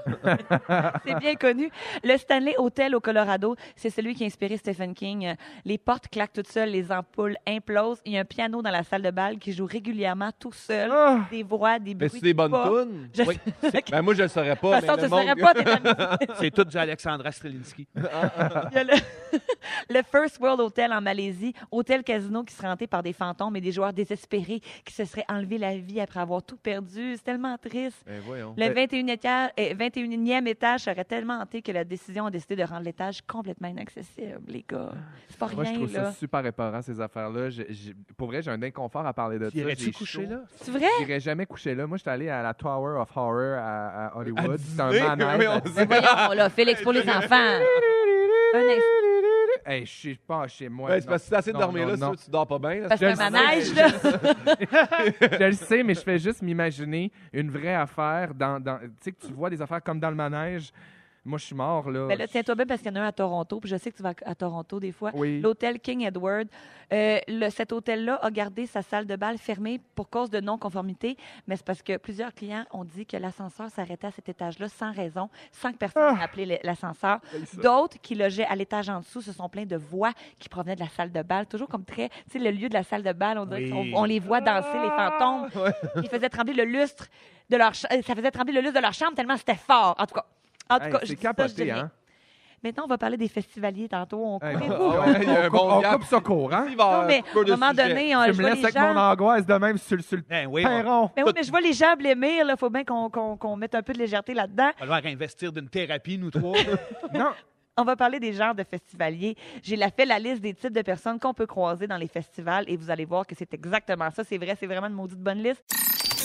Speaker 2: C'est bien connu. Le Stanley Hotel au Colorado, c'est celui qui a inspiré Stephen King. Euh, Les portes claquent toutes seules, les ampoules implosent. Il y a un piano dans la salle de bal qui joue régulièrement tout seul.
Speaker 5: Ah!
Speaker 2: Des voix, des bruits.
Speaker 3: Mais Ben, c'est des bonnes
Speaker 2: pas.
Speaker 3: tunes?
Speaker 2: Je-
Speaker 3: Oui.
Speaker 2: Ok.
Speaker 3: Ben moi, je le saurais
Speaker 2: De
Speaker 3: pas.
Speaker 2: toute façon,
Speaker 3: mais
Speaker 2: tu ne
Speaker 3: le monde-
Speaker 2: saurais pas. t'es pas-
Speaker 4: C'est tout du Alexandra Strelinski.
Speaker 2: Il y a le, le First World Hotel en Malaisie, hôtel casino qui serait hanté par des fantômes et des joueurs désespérés qui se seraient enlevé la vie après avoir tout perdu. C'est tellement triste.
Speaker 3: Ben voyons.
Speaker 2: Le 21e étage, eh, 21e étage serait tellement hanté que la décision a décidé de rendre l'étage complètement inaccessible, les gars. C'est pas
Speaker 5: Moi, je
Speaker 2: rien,
Speaker 5: trouve ça
Speaker 2: là.
Speaker 5: super épeurant, ces affaires-là. J'ai- j'ai- Pour vrai, j'ai un inconfort à parler de ça.
Speaker 4: Irais-tu
Speaker 5: J'ai
Speaker 4: coucher
Speaker 5: chaud.
Speaker 4: là?
Speaker 2: C'est vrai?
Speaker 5: J'irais jamais coucher là. Moi, j'étais allé à la Tower of Horror à, à
Speaker 3: À
Speaker 5: Hollywood. C'est un
Speaker 3: Disney?
Speaker 5: manège.
Speaker 3: Oui, on
Speaker 5: à
Speaker 3: sait.
Speaker 5: Disney.
Speaker 2: Voyons, là, Félix, pour les enfants. Un instant.
Speaker 5: Hey, je suis pas chez moi.
Speaker 3: Ben, c'est
Speaker 5: non.
Speaker 3: parce que si t'as assez de
Speaker 5: Non,
Speaker 3: dormir
Speaker 5: non,
Speaker 3: là,
Speaker 5: non.
Speaker 3: si tu dors pas bien. là,
Speaker 2: Parce
Speaker 5: Je
Speaker 2: que
Speaker 5: le sais.
Speaker 2: manège, là.
Speaker 5: Je le sais, mais je fais juste m'imaginer une vraie affaire dans. dans- tu sais, que tu vois des affaires comme dans le manège. Moi, je suis mort, là.
Speaker 2: Ben là, tiens-toi bien parce qu'il y en a un à Toronto, puis je sais que tu vas à Toronto des fois.
Speaker 5: Oui.
Speaker 2: L'hôtel King Edward. Euh, le- cet hôtel-là a gardé sa salle de bal fermée pour cause de non-conformité, mais c'est parce que plusieurs clients ont dit que l'ascenseur s'arrêtait à cet étage-là sans raison, sans que
Speaker 5: Ah!
Speaker 2: personne n'ait appelé le- l'ascenseur. D'autres qui logeaient à l'étage en dessous se sont plaints de voix qui provenaient de la salle de bal, toujours comme très, tu sais, le lieu de la salle de bal, on dirait
Speaker 4: Oui.
Speaker 2: qu'on on les voit danser, les fantômes.
Speaker 5: Ah!
Speaker 2: Ils faisaient trembler le lustre de leur, ch- euh, ça faisait trembler le lustre de leur chambre tellement c'était fort. En tout cas, en tout
Speaker 5: Hey,
Speaker 2: cas, je
Speaker 5: c'est
Speaker 2: dis ça, je dis
Speaker 5: capoté,
Speaker 2: rien.
Speaker 5: hein?
Speaker 2: Maintenant, on va parler des festivaliers tantôt. On
Speaker 5: Hey, Ah,
Speaker 2: courait.
Speaker 5: non.
Speaker 3: Ah ouais, il y a un
Speaker 5: on,
Speaker 3: bon
Speaker 5: coupe- on
Speaker 3: gap.
Speaker 5: coupe ça hein. courant.
Speaker 3: Il va
Speaker 2: Non,
Speaker 3: avoir
Speaker 2: mais à
Speaker 3: cours
Speaker 2: un
Speaker 3: de
Speaker 2: moment
Speaker 3: sujet.
Speaker 2: donné, on,
Speaker 5: Tu
Speaker 2: Ah, je
Speaker 5: me
Speaker 2: vois
Speaker 5: laisses
Speaker 2: les
Speaker 5: avec
Speaker 2: gens...
Speaker 5: mon angoisse de même sur, le- sur le
Speaker 4: Ben oui,
Speaker 5: perron.
Speaker 2: Mais oui, mais je vois les gens blémir. Il faut bien qu'on qu'on- qu'on mette un peu de légèreté là-dedans.
Speaker 4: Il va falloir investir d'une thérapie, nous trois.
Speaker 5: Non,
Speaker 2: On va parler des genres de festivaliers. J'ai la fait la liste des types de personnes qu'on peut croiser dans les festivals et vous allez voir que c'est exactement ça. C'est vrai, c'est vraiment une maudite bonne liste.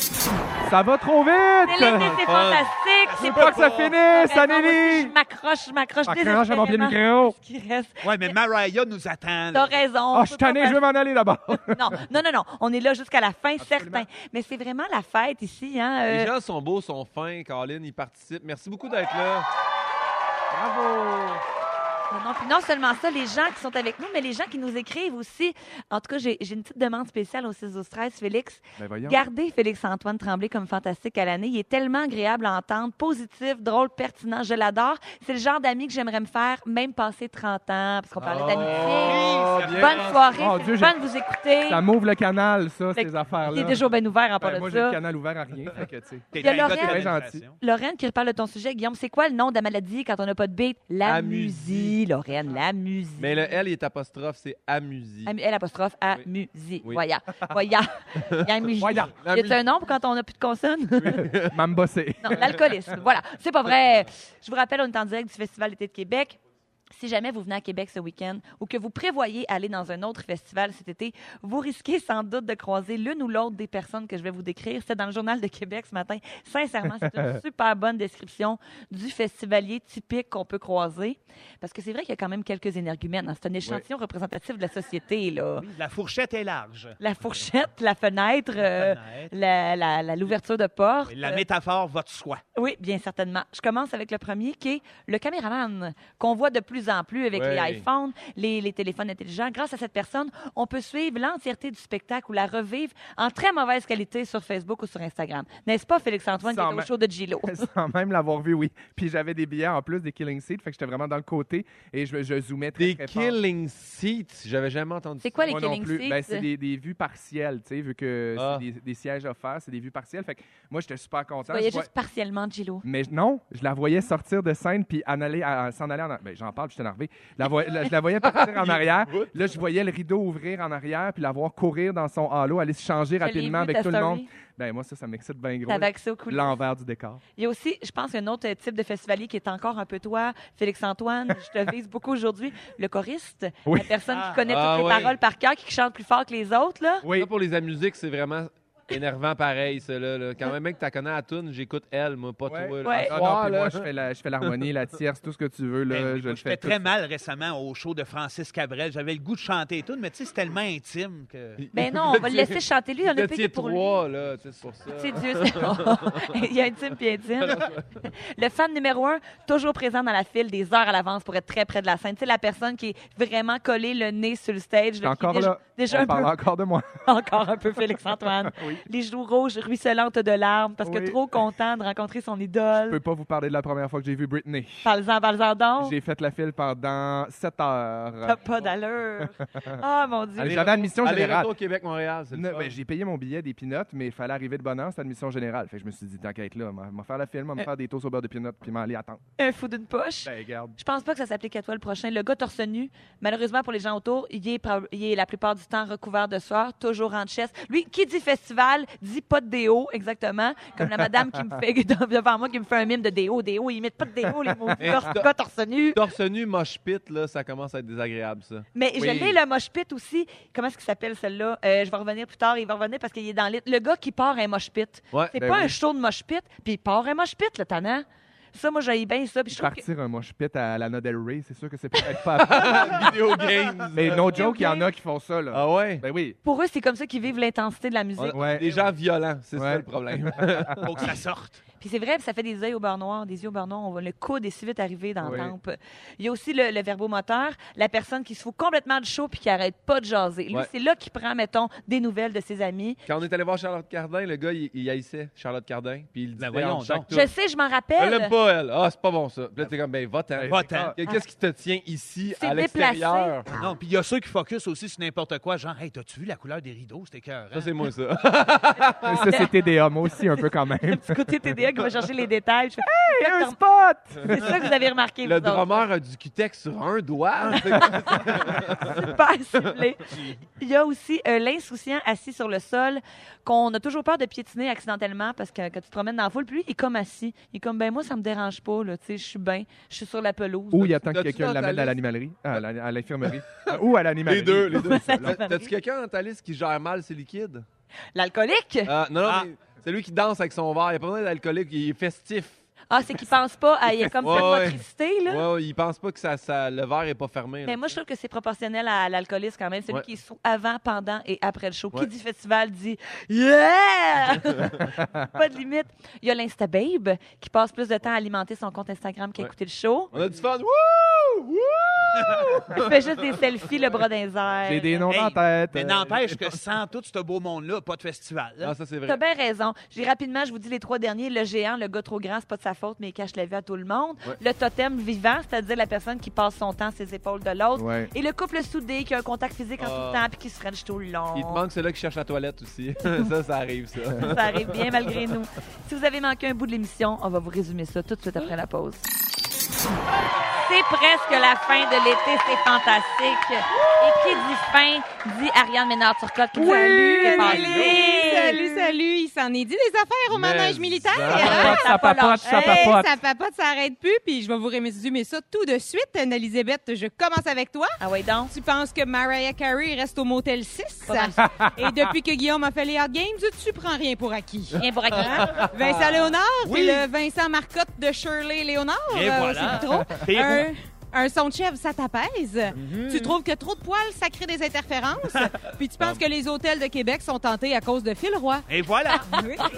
Speaker 5: ça va trop vite!
Speaker 2: C'est l'été, c'est fantastique.
Speaker 5: C'est pas que ça finisse,
Speaker 2: Attends, moi aussi,
Speaker 5: Anneli!
Speaker 2: Je m'accroche, je m'accroche.
Speaker 5: Ah, quand j'ai mon pied de
Speaker 2: désespérément.
Speaker 5: micro!
Speaker 2: Ce qui reste.
Speaker 4: Oui, mais Mariah nous attend.
Speaker 2: T'as
Speaker 4: là.
Speaker 2: raison.
Speaker 5: Ah,
Speaker 2: on
Speaker 5: je suis
Speaker 2: peut pas
Speaker 5: tanné,
Speaker 2: faire
Speaker 5: je veux m'en aller là-bas.
Speaker 2: Non, non, non, non. On est là jusqu'à la fin, certain. Mais c'est vraiment la fête ici. Hein? euh,
Speaker 3: Les gens sont beaux, sont fins. Colin, ils participent. Merci beaucoup d'être là.
Speaker 5: Bravo!
Speaker 2: non, non, puis non seulement ça, les gens qui sont avec nous, mais les gens qui nous écrivent aussi. En tout cas, j'ai j'ai une petite demande spéciale au 6 12 13, Félix.
Speaker 5: Ben voyons.
Speaker 2: Gardez Félix-Antoine Tremblay comme fantastique à l'année. Il est tellement agréable à entendre, positif, drôle, pertinent. Je l'adore. C'est le genre d'ami que j'aimerais me faire, même passer 30 ans, parce qu'on parlait d'amitié.
Speaker 3: Oh, bien.
Speaker 2: Bonne soirée.
Speaker 5: Oh,
Speaker 2: c'est
Speaker 5: Dieu,
Speaker 2: le fun de vous écouter.
Speaker 5: Ça m'ouvre le canal, ça,
Speaker 2: Fait
Speaker 5: ces
Speaker 2: Il
Speaker 5: affaires-là.
Speaker 2: est toujours bien ouvert en
Speaker 5: Ben,
Speaker 2: parlant
Speaker 5: moi,
Speaker 2: de
Speaker 5: j'ai le
Speaker 2: ça.
Speaker 5: canal ouvert à rien. fait que, tu sais.
Speaker 4: T'es
Speaker 2: Il y a
Speaker 4: un gars de
Speaker 2: Lorraine.
Speaker 5: Très gentil.
Speaker 4: communication.
Speaker 2: Lorraine qui reparle de ton sujet. Guillaume, c'est quoi le nom de la maladie quand on n'a pas de beat? La,
Speaker 3: La
Speaker 2: musie. Lorraine, la musie.
Speaker 3: Mais le L, il est apostrophe, c'est amusi.
Speaker 2: Amu- Elle apostrophe à musie.
Speaker 3: Oui.
Speaker 2: Voya. Voya. Il y a musie.
Speaker 5: Voya.
Speaker 3: La
Speaker 2: Y a un nombre quand on n'a plus de consonne?
Speaker 5: Mamba, c'est.
Speaker 2: non, l'alcoolisme. Voilà. C'est pas vrai. Je vous rappelle, on est en direct du Festival d'été de Québec. Si jamais vous venez à Québec ce week-end ou que vous prévoyez aller dans un autre festival cet été, vous risquez sans doute de croiser l'une ou l'autre des personnes que je vais vous décrire. C'était dans le Journal de Québec ce matin. Sincèrement, c'est une super bonne description du festivalier typique qu'on peut croiser. Parce que c'est vrai qu'il y a quand même quelques énergumènes. hein. C'est un échantillon représentatif de la société. Là.
Speaker 4: La fourchette est large.
Speaker 2: La fourchette, la fenêtre, euh,
Speaker 4: fenêtre.
Speaker 2: la- la- la- l'ouverture de porte. Euh,
Speaker 4: La métaphore va de soi.
Speaker 2: Oui, bien certainement. Je commence avec le premier qui est le caméraman qu'on voit de plus en plus avec les
Speaker 3: Ouais.
Speaker 2: iPhones, les, les téléphones intelligents. Grâce à cette personne, on peut suivre l'entièreté du spectacle ou la revivre en très mauvaise qualité sur Facebook ou sur Instagram. N'est-ce pas, Félix-Antoine, qui
Speaker 5: Sans
Speaker 2: était au
Speaker 5: ma-
Speaker 2: show de Gilo?
Speaker 5: Sans même l'avoir vu, oui. Puis j'avais des billets en plus des Killing Seed, fait que j'étais vraiment dans le côté et je, je zoomais très,
Speaker 3: Des
Speaker 5: très fort.
Speaker 3: killing seats. J'avais jamais entendu
Speaker 2: C'est quoi Ah, les
Speaker 5: Moi non
Speaker 2: Killing
Speaker 5: plus. Ben, c'est
Speaker 2: Seats?
Speaker 5: des, des vues partielles, tu sais, vu que
Speaker 3: Ah.
Speaker 5: c'est des, des sièges offerts, c'est des vues partielles. Fait que moi, j'étais super
Speaker 2: Tu
Speaker 5: content.
Speaker 2: voyais
Speaker 5: Je vois-
Speaker 2: juste partiellement Gilo.
Speaker 5: Mais je- non, je la voyais sortir de scène puis en aller, à- s'en aller en arrière. J'en parle, je suis énervé. La voy- la- je la voyais partir en arrière. Là, je voyais le rideau ouvrir en arrière puis la voir courir dans son halo, aller se changer
Speaker 2: Je l'ai
Speaker 5: rapidement
Speaker 2: vu,
Speaker 5: avec
Speaker 2: ta
Speaker 5: tout le
Speaker 2: story.
Speaker 5: monde. Ben moi, ça, ça m'excite bien gros.
Speaker 2: T'avais accès au coulisses.
Speaker 5: L'envers du décor.
Speaker 2: Il y a aussi, je pense, un autre type de festivalier qui est encore un peu toi, Félix-Antoine. Je te vise beaucoup aujourd'hui. Le choriste,
Speaker 5: Oui.
Speaker 2: la personne
Speaker 4: Ah.
Speaker 2: qui connaît
Speaker 3: Ah
Speaker 2: toutes les
Speaker 3: oui.
Speaker 2: paroles par cœur, qui chante plus fort que les autres, là.
Speaker 5: Oui.
Speaker 3: Ça, pour les amusiques, c'est vraiment énervant pareil, ceux-là. là. Quand même, mec, t'as connais à tune, j'écoute elle, moi, pas
Speaker 5: Ouais.
Speaker 3: toi.
Speaker 2: Ouais.
Speaker 3: Là.
Speaker 5: Ah non, puis moi, je fais la- je fais l'harmonie, la, tierce, tout ce que tu veux. Là,
Speaker 4: Ben oui,
Speaker 5: je
Speaker 4: moi,
Speaker 5: le
Speaker 4: je
Speaker 5: fais
Speaker 4: fais
Speaker 5: tout.
Speaker 4: très mal récemment au show de Francis Cabrel. J'avais le goût de chanter et tout, mais tu sais, c'est tellement intime que.
Speaker 2: Ben non, on va le laisser chanter lui, on
Speaker 3: Le
Speaker 2: a payé
Speaker 3: tiers
Speaker 2: pour
Speaker 3: 3, là, tu sais, c'est pour ça.
Speaker 2: lui. C'est Dieu. c'est- Il y a intime puis intime. Le fan numéro un, toujours présent dans la file des heures à l'avance pour être très près de la scène. Tu sais, la personne qui est vraiment collée le nez sur le stage.
Speaker 5: J'étais
Speaker 2: là, qui est
Speaker 5: encore
Speaker 2: déjà-
Speaker 5: là.
Speaker 2: Déjà
Speaker 5: On
Speaker 2: un peu,
Speaker 5: parle encore de moi.
Speaker 2: encore un peu Félix-Antoine. Les joues rouges, ruisselantes de larmes, parce que
Speaker 5: Oui.
Speaker 2: trop content de rencontrer son
Speaker 5: Je
Speaker 2: idole.
Speaker 5: peux pas vous parler de la première fois que j'ai vu Britney.
Speaker 2: Parle-en, parle-en donc.
Speaker 5: J'ai fait la file pendant 7
Speaker 2: T'as
Speaker 5: heures.
Speaker 2: pas d'allure. Ah, mon Dieu.
Speaker 5: Allez, J'avais admission générale.
Speaker 3: au Québec-Montréal, c'est le
Speaker 5: Ne-
Speaker 3: fun.
Speaker 5: ben, j'ai payé mon billet des pinottes, mais il fallait arriver de bonne heure, c'était admission générale. Fait que je me suis dit, t'inquiète là, on va faire la film, on va
Speaker 2: Euh.
Speaker 5: faire des toasts au beurre de pinottes, puis m'en aller attendre.
Speaker 2: Un fou d'une poche.
Speaker 5: Ben, regarde.
Speaker 2: Je pense pas que ça s'applique à toi le prochain. Le gars torse nu, malheureusement pour les gens autour, il est, prob- il est la plupart du temps recouvert de sueur, toujours en chest. Lui, qui dit festival, dit pas de déo, exactement. Comme la madame qui me fait devant moi qui me fait un mime de déo, déo, il met pas de déo les mots.
Speaker 3: Mais t'as-
Speaker 2: gars torse nu.
Speaker 3: Torse nu, moche pit, là, ça commence à être désagréable, ça.
Speaker 2: Mais je
Speaker 5: Oui.
Speaker 2: l'ai le mosh pit aussi. Comment est-ce qu'il s'appelle celle-là Euh, Je vais revenir plus tard. Il va revenir parce qu'il est dans le le gars qui part un mosh pit.
Speaker 3: Ouais,
Speaker 2: C'est
Speaker 5: ben
Speaker 2: pas
Speaker 5: oui.
Speaker 2: un show de mosh pit, puis il part un mosh pit le tannant. Ça, moi, j'aille bien ça. Puis je trouve que-
Speaker 5: Partir un moche pit à Lana Del Rey, c'est sûr que c'est peut-être pas.
Speaker 3: Video games.
Speaker 5: mais no joke, il y en a qui font ça, là.
Speaker 3: Ah ouais?
Speaker 5: Ben oui.
Speaker 2: Pour eux, c'est comme ça qu'ils vivent l'intensité de la musique.
Speaker 3: On-
Speaker 5: Ouais.
Speaker 3: Des gens violents, c'est
Speaker 5: Ouais.
Speaker 3: ça le problème.
Speaker 4: Faut que ça sorte.
Speaker 2: Puis c'est vrai, puis ça fait des yeux au beurre noir, des yeux au beurre noir. On voit le coude est si vite arrivé dans
Speaker 5: Oui.
Speaker 2: la tempe. Il y a aussi le, le verbomoteur, la personne qui se fout complètement du show puis qui arrête pas de jaser. Lui,
Speaker 3: Ouais.
Speaker 2: c'est là qu'il prend, mettons, des nouvelles de ses amis.
Speaker 3: Quand on est allé voir Charlotte Cardin, le gars, il, il haïssait Charlotte Cardin, puis il disait
Speaker 4: Ben voyons
Speaker 3: entre chaque
Speaker 4: donc.
Speaker 3: tour,
Speaker 2: Je sais, je m'en
Speaker 3: Elle
Speaker 2: rappelle.
Speaker 3: l'aime pas, elle. Ah, c'est pas bon, ça. Puis là, t'es comme, ben, va-t'en.
Speaker 5: Ben,
Speaker 4: Va-t'en.
Speaker 3: Qu'est-ce qui te tient ici,
Speaker 2: C'est
Speaker 3: à l'extérieur?
Speaker 4: Non, puis il y a ceux qui focus aussi sur n'importe quoi, genre, hey, t'as-tu vu la couleur des rideaux? C'était cœur.
Speaker 3: Ça, c'est moi, ça.
Speaker 5: Ça, c'était des hommes aussi, un peu quand même.
Speaker 2: Du côté TDA qui va chercher les détails. Je fais,
Speaker 5: Et un spot!
Speaker 2: C'est ça que vous avez remarqué,
Speaker 3: Le
Speaker 2: vous autres.
Speaker 3: drummer a du cutex sur un doigt. C'est-
Speaker 2: Super ciblé. Il y a aussi euh, l'insouciant assis sur le sol qu'on a toujours peur de piétiner accidentellement parce que quand tu te promènes dans la foule, puis lui, il est comme assis. Il est comme, ben moi, ça me dérange pas, là, tu sais, je suis bien, je suis sur la pelouse.
Speaker 5: Ou il attend que
Speaker 3: T'as-tu
Speaker 5: quelqu'un
Speaker 3: dans ta
Speaker 5: l'amène à
Speaker 3: liste?
Speaker 5: l'animalerie, Ah, à la- à l'infirmerie, ou à l'animalerie.
Speaker 3: Les deux, les deux.
Speaker 2: Ça,
Speaker 3: T'as-
Speaker 2: ça
Speaker 3: T'as-tu quelqu'un dans ta liste qui gère mal ses liquides?
Speaker 2: L'alcoolique?
Speaker 3: Euh, non, non,
Speaker 4: Ah.
Speaker 3: mais c'est lui qui danse avec son verre. Il n'y a pas besoin d'alcoolique, il est festif.
Speaker 2: Ah, c'est qu'il pense pas à. Il y a comme
Speaker 3: Ouais,
Speaker 2: pas de
Speaker 3: ouais.
Speaker 2: motricité, là.
Speaker 3: Ouais, ouais, il pense pas que ça, ça- le verre est pas fermé. là.
Speaker 2: Mais moi, je trouve que c'est proportionnel à l'alcoolisme quand même. Celui
Speaker 3: Ouais.
Speaker 2: qui est sous avant, pendant et après le show.
Speaker 3: Ouais.
Speaker 2: Qui dit festival dit Yeah! pas de limite. Il y a l'Instababe qui passe plus de temps à alimenter son compte Instagram qu'à
Speaker 3: Ouais.
Speaker 2: écouter le show.
Speaker 3: On a du fun. Wouh! Wouh!
Speaker 2: Il fait juste des selfies, le bras d'un air.
Speaker 5: J'ai des noms
Speaker 4: Hey,
Speaker 5: en tête.
Speaker 4: Mais
Speaker 5: euh, Ah,
Speaker 4: n'empêche que sans tout ce beau monde-là, pas de festival.
Speaker 3: Non, ça, c'est vrai.
Speaker 2: T'as bien raison. J'ai rapidement, je vous dis les trois derniers. Le géant, le gars trop grand, c'est pas de sa faute, mais il cache la vue à tout le monde.
Speaker 3: Ouais.
Speaker 2: Le totem vivant, c'est-à-dire la personne qui passe son temps ses épaules de l'autre.
Speaker 5: Ouais.
Speaker 2: Et le couple soudé qui a un contact physique en
Speaker 3: Ah.
Speaker 2: tout temps puis qui se french tout le long.
Speaker 3: Il te manque celui-là qui cherche la toilette aussi. ça, ça arrive, ça.
Speaker 2: Ça arrive bien malgré nous. Si vous avez manqué un bout de l'émission, on va vous résumer ça tout de suite après la pause. C'est presque la fin de l'été, c'est fantastique. Et qui dit fin, dit Ariane Ménard-Turcotte. qui nous a lu, qui est
Speaker 6: salut,
Speaker 2: passée.
Speaker 6: salut, salut. Il s'en est dit des affaires au
Speaker 3: Mais
Speaker 6: manège militaire. hein?
Speaker 7: papote, ça papote, ça
Speaker 6: Hey,
Speaker 7: papote.
Speaker 6: ça papote, ça arrête plus. Puis je vais vous résumer ça tout de suite, Anne-Elisabeth. Je commence avec toi.
Speaker 2: Ah oui, donc.
Speaker 6: Tu penses que Mariah Carey reste au motel 6?
Speaker 2: Pas mal.
Speaker 6: Et depuis que Guillaume a fait les Hard Games, tu prends rien pour acquis.
Speaker 2: Viens pour acquis.
Speaker 6: Hein? Vincent Léonard,
Speaker 4: Oui.
Speaker 6: c'est le Vincent Marcotte de Shirley Léonard.
Speaker 4: Et
Speaker 6: euh,
Speaker 4: voilà.
Speaker 6: C'est trop.
Speaker 4: Et Mhm.
Speaker 6: Un, un son de chef, ça t'apaise. Tu trouves que trop de poils, ça crée des interférences. Puis tu
Speaker 4: Ah.
Speaker 6: penses que les hôtels de Québec sont tentés à cause de Phil Roy.
Speaker 4: Et voilà.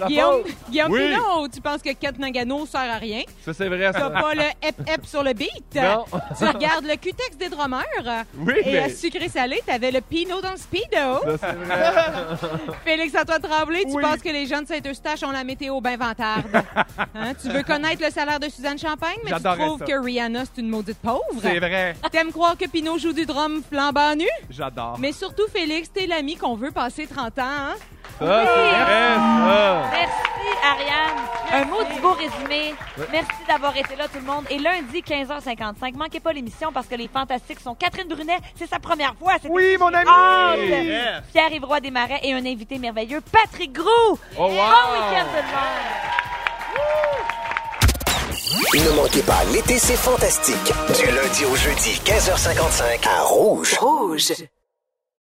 Speaker 6: Guillaume, Guillaume
Speaker 3: Oui.
Speaker 6: Pinault, tu penses que Kat Nagano sert à rien.
Speaker 3: Ça, c'est vrai,
Speaker 6: T'as
Speaker 3: ça.
Speaker 6: pas le hep-hep sur le beat.
Speaker 3: Non.
Speaker 6: Tu regardes le cutex des drummers.
Speaker 3: Oui,
Speaker 6: Et à
Speaker 3: mais.
Speaker 6: sucré-salé, t'avais le pinot dans le speedo.
Speaker 3: Ça, c'est vrai.
Speaker 6: Félix-Antoine Tremblay, tu
Speaker 3: Oui.
Speaker 6: penses que les jeunes de Saint-Eustache ont la météo bien vantarde. Hein, Tu veux connaître le salaire de Suzanne Champagne, mais tu
Speaker 7: J'adorais
Speaker 6: trouves
Speaker 7: ça.
Speaker 6: que Rihanna, c'est une maudite
Speaker 7: C'est
Speaker 6: pauvre.
Speaker 7: vrai,
Speaker 6: T'aimes croire que Pinot joue du drum flambant nu?
Speaker 7: j'adore.
Speaker 6: Mais surtout, Félix, t'es l'ami qu'on veut passer 30 ans. hein?
Speaker 3: Ça, Ah. c'est vrai,
Speaker 2: hein?
Speaker 3: ça.
Speaker 2: Merci, Ariane. Un mot du beau résumé. Merci d'avoir été là, tout le monde. Et lundi, 15h55, manquez pas l'émission parce que les fantastiques sont Catherine Brunet. C'est sa première fois. C'était
Speaker 7: Oui, mon ami!
Speaker 2: hâte.
Speaker 4: Yes.
Speaker 2: Pierre-Yves Roy Desmarais et un invité merveilleux, Patrick Groux.
Speaker 3: Oh, wow.
Speaker 2: Bon week-end, tout le monde.
Speaker 1: Ne manquez pas, l'été, c'est fantastique. Du lundi au jeudi, 15h55, à Rouge. Rouge.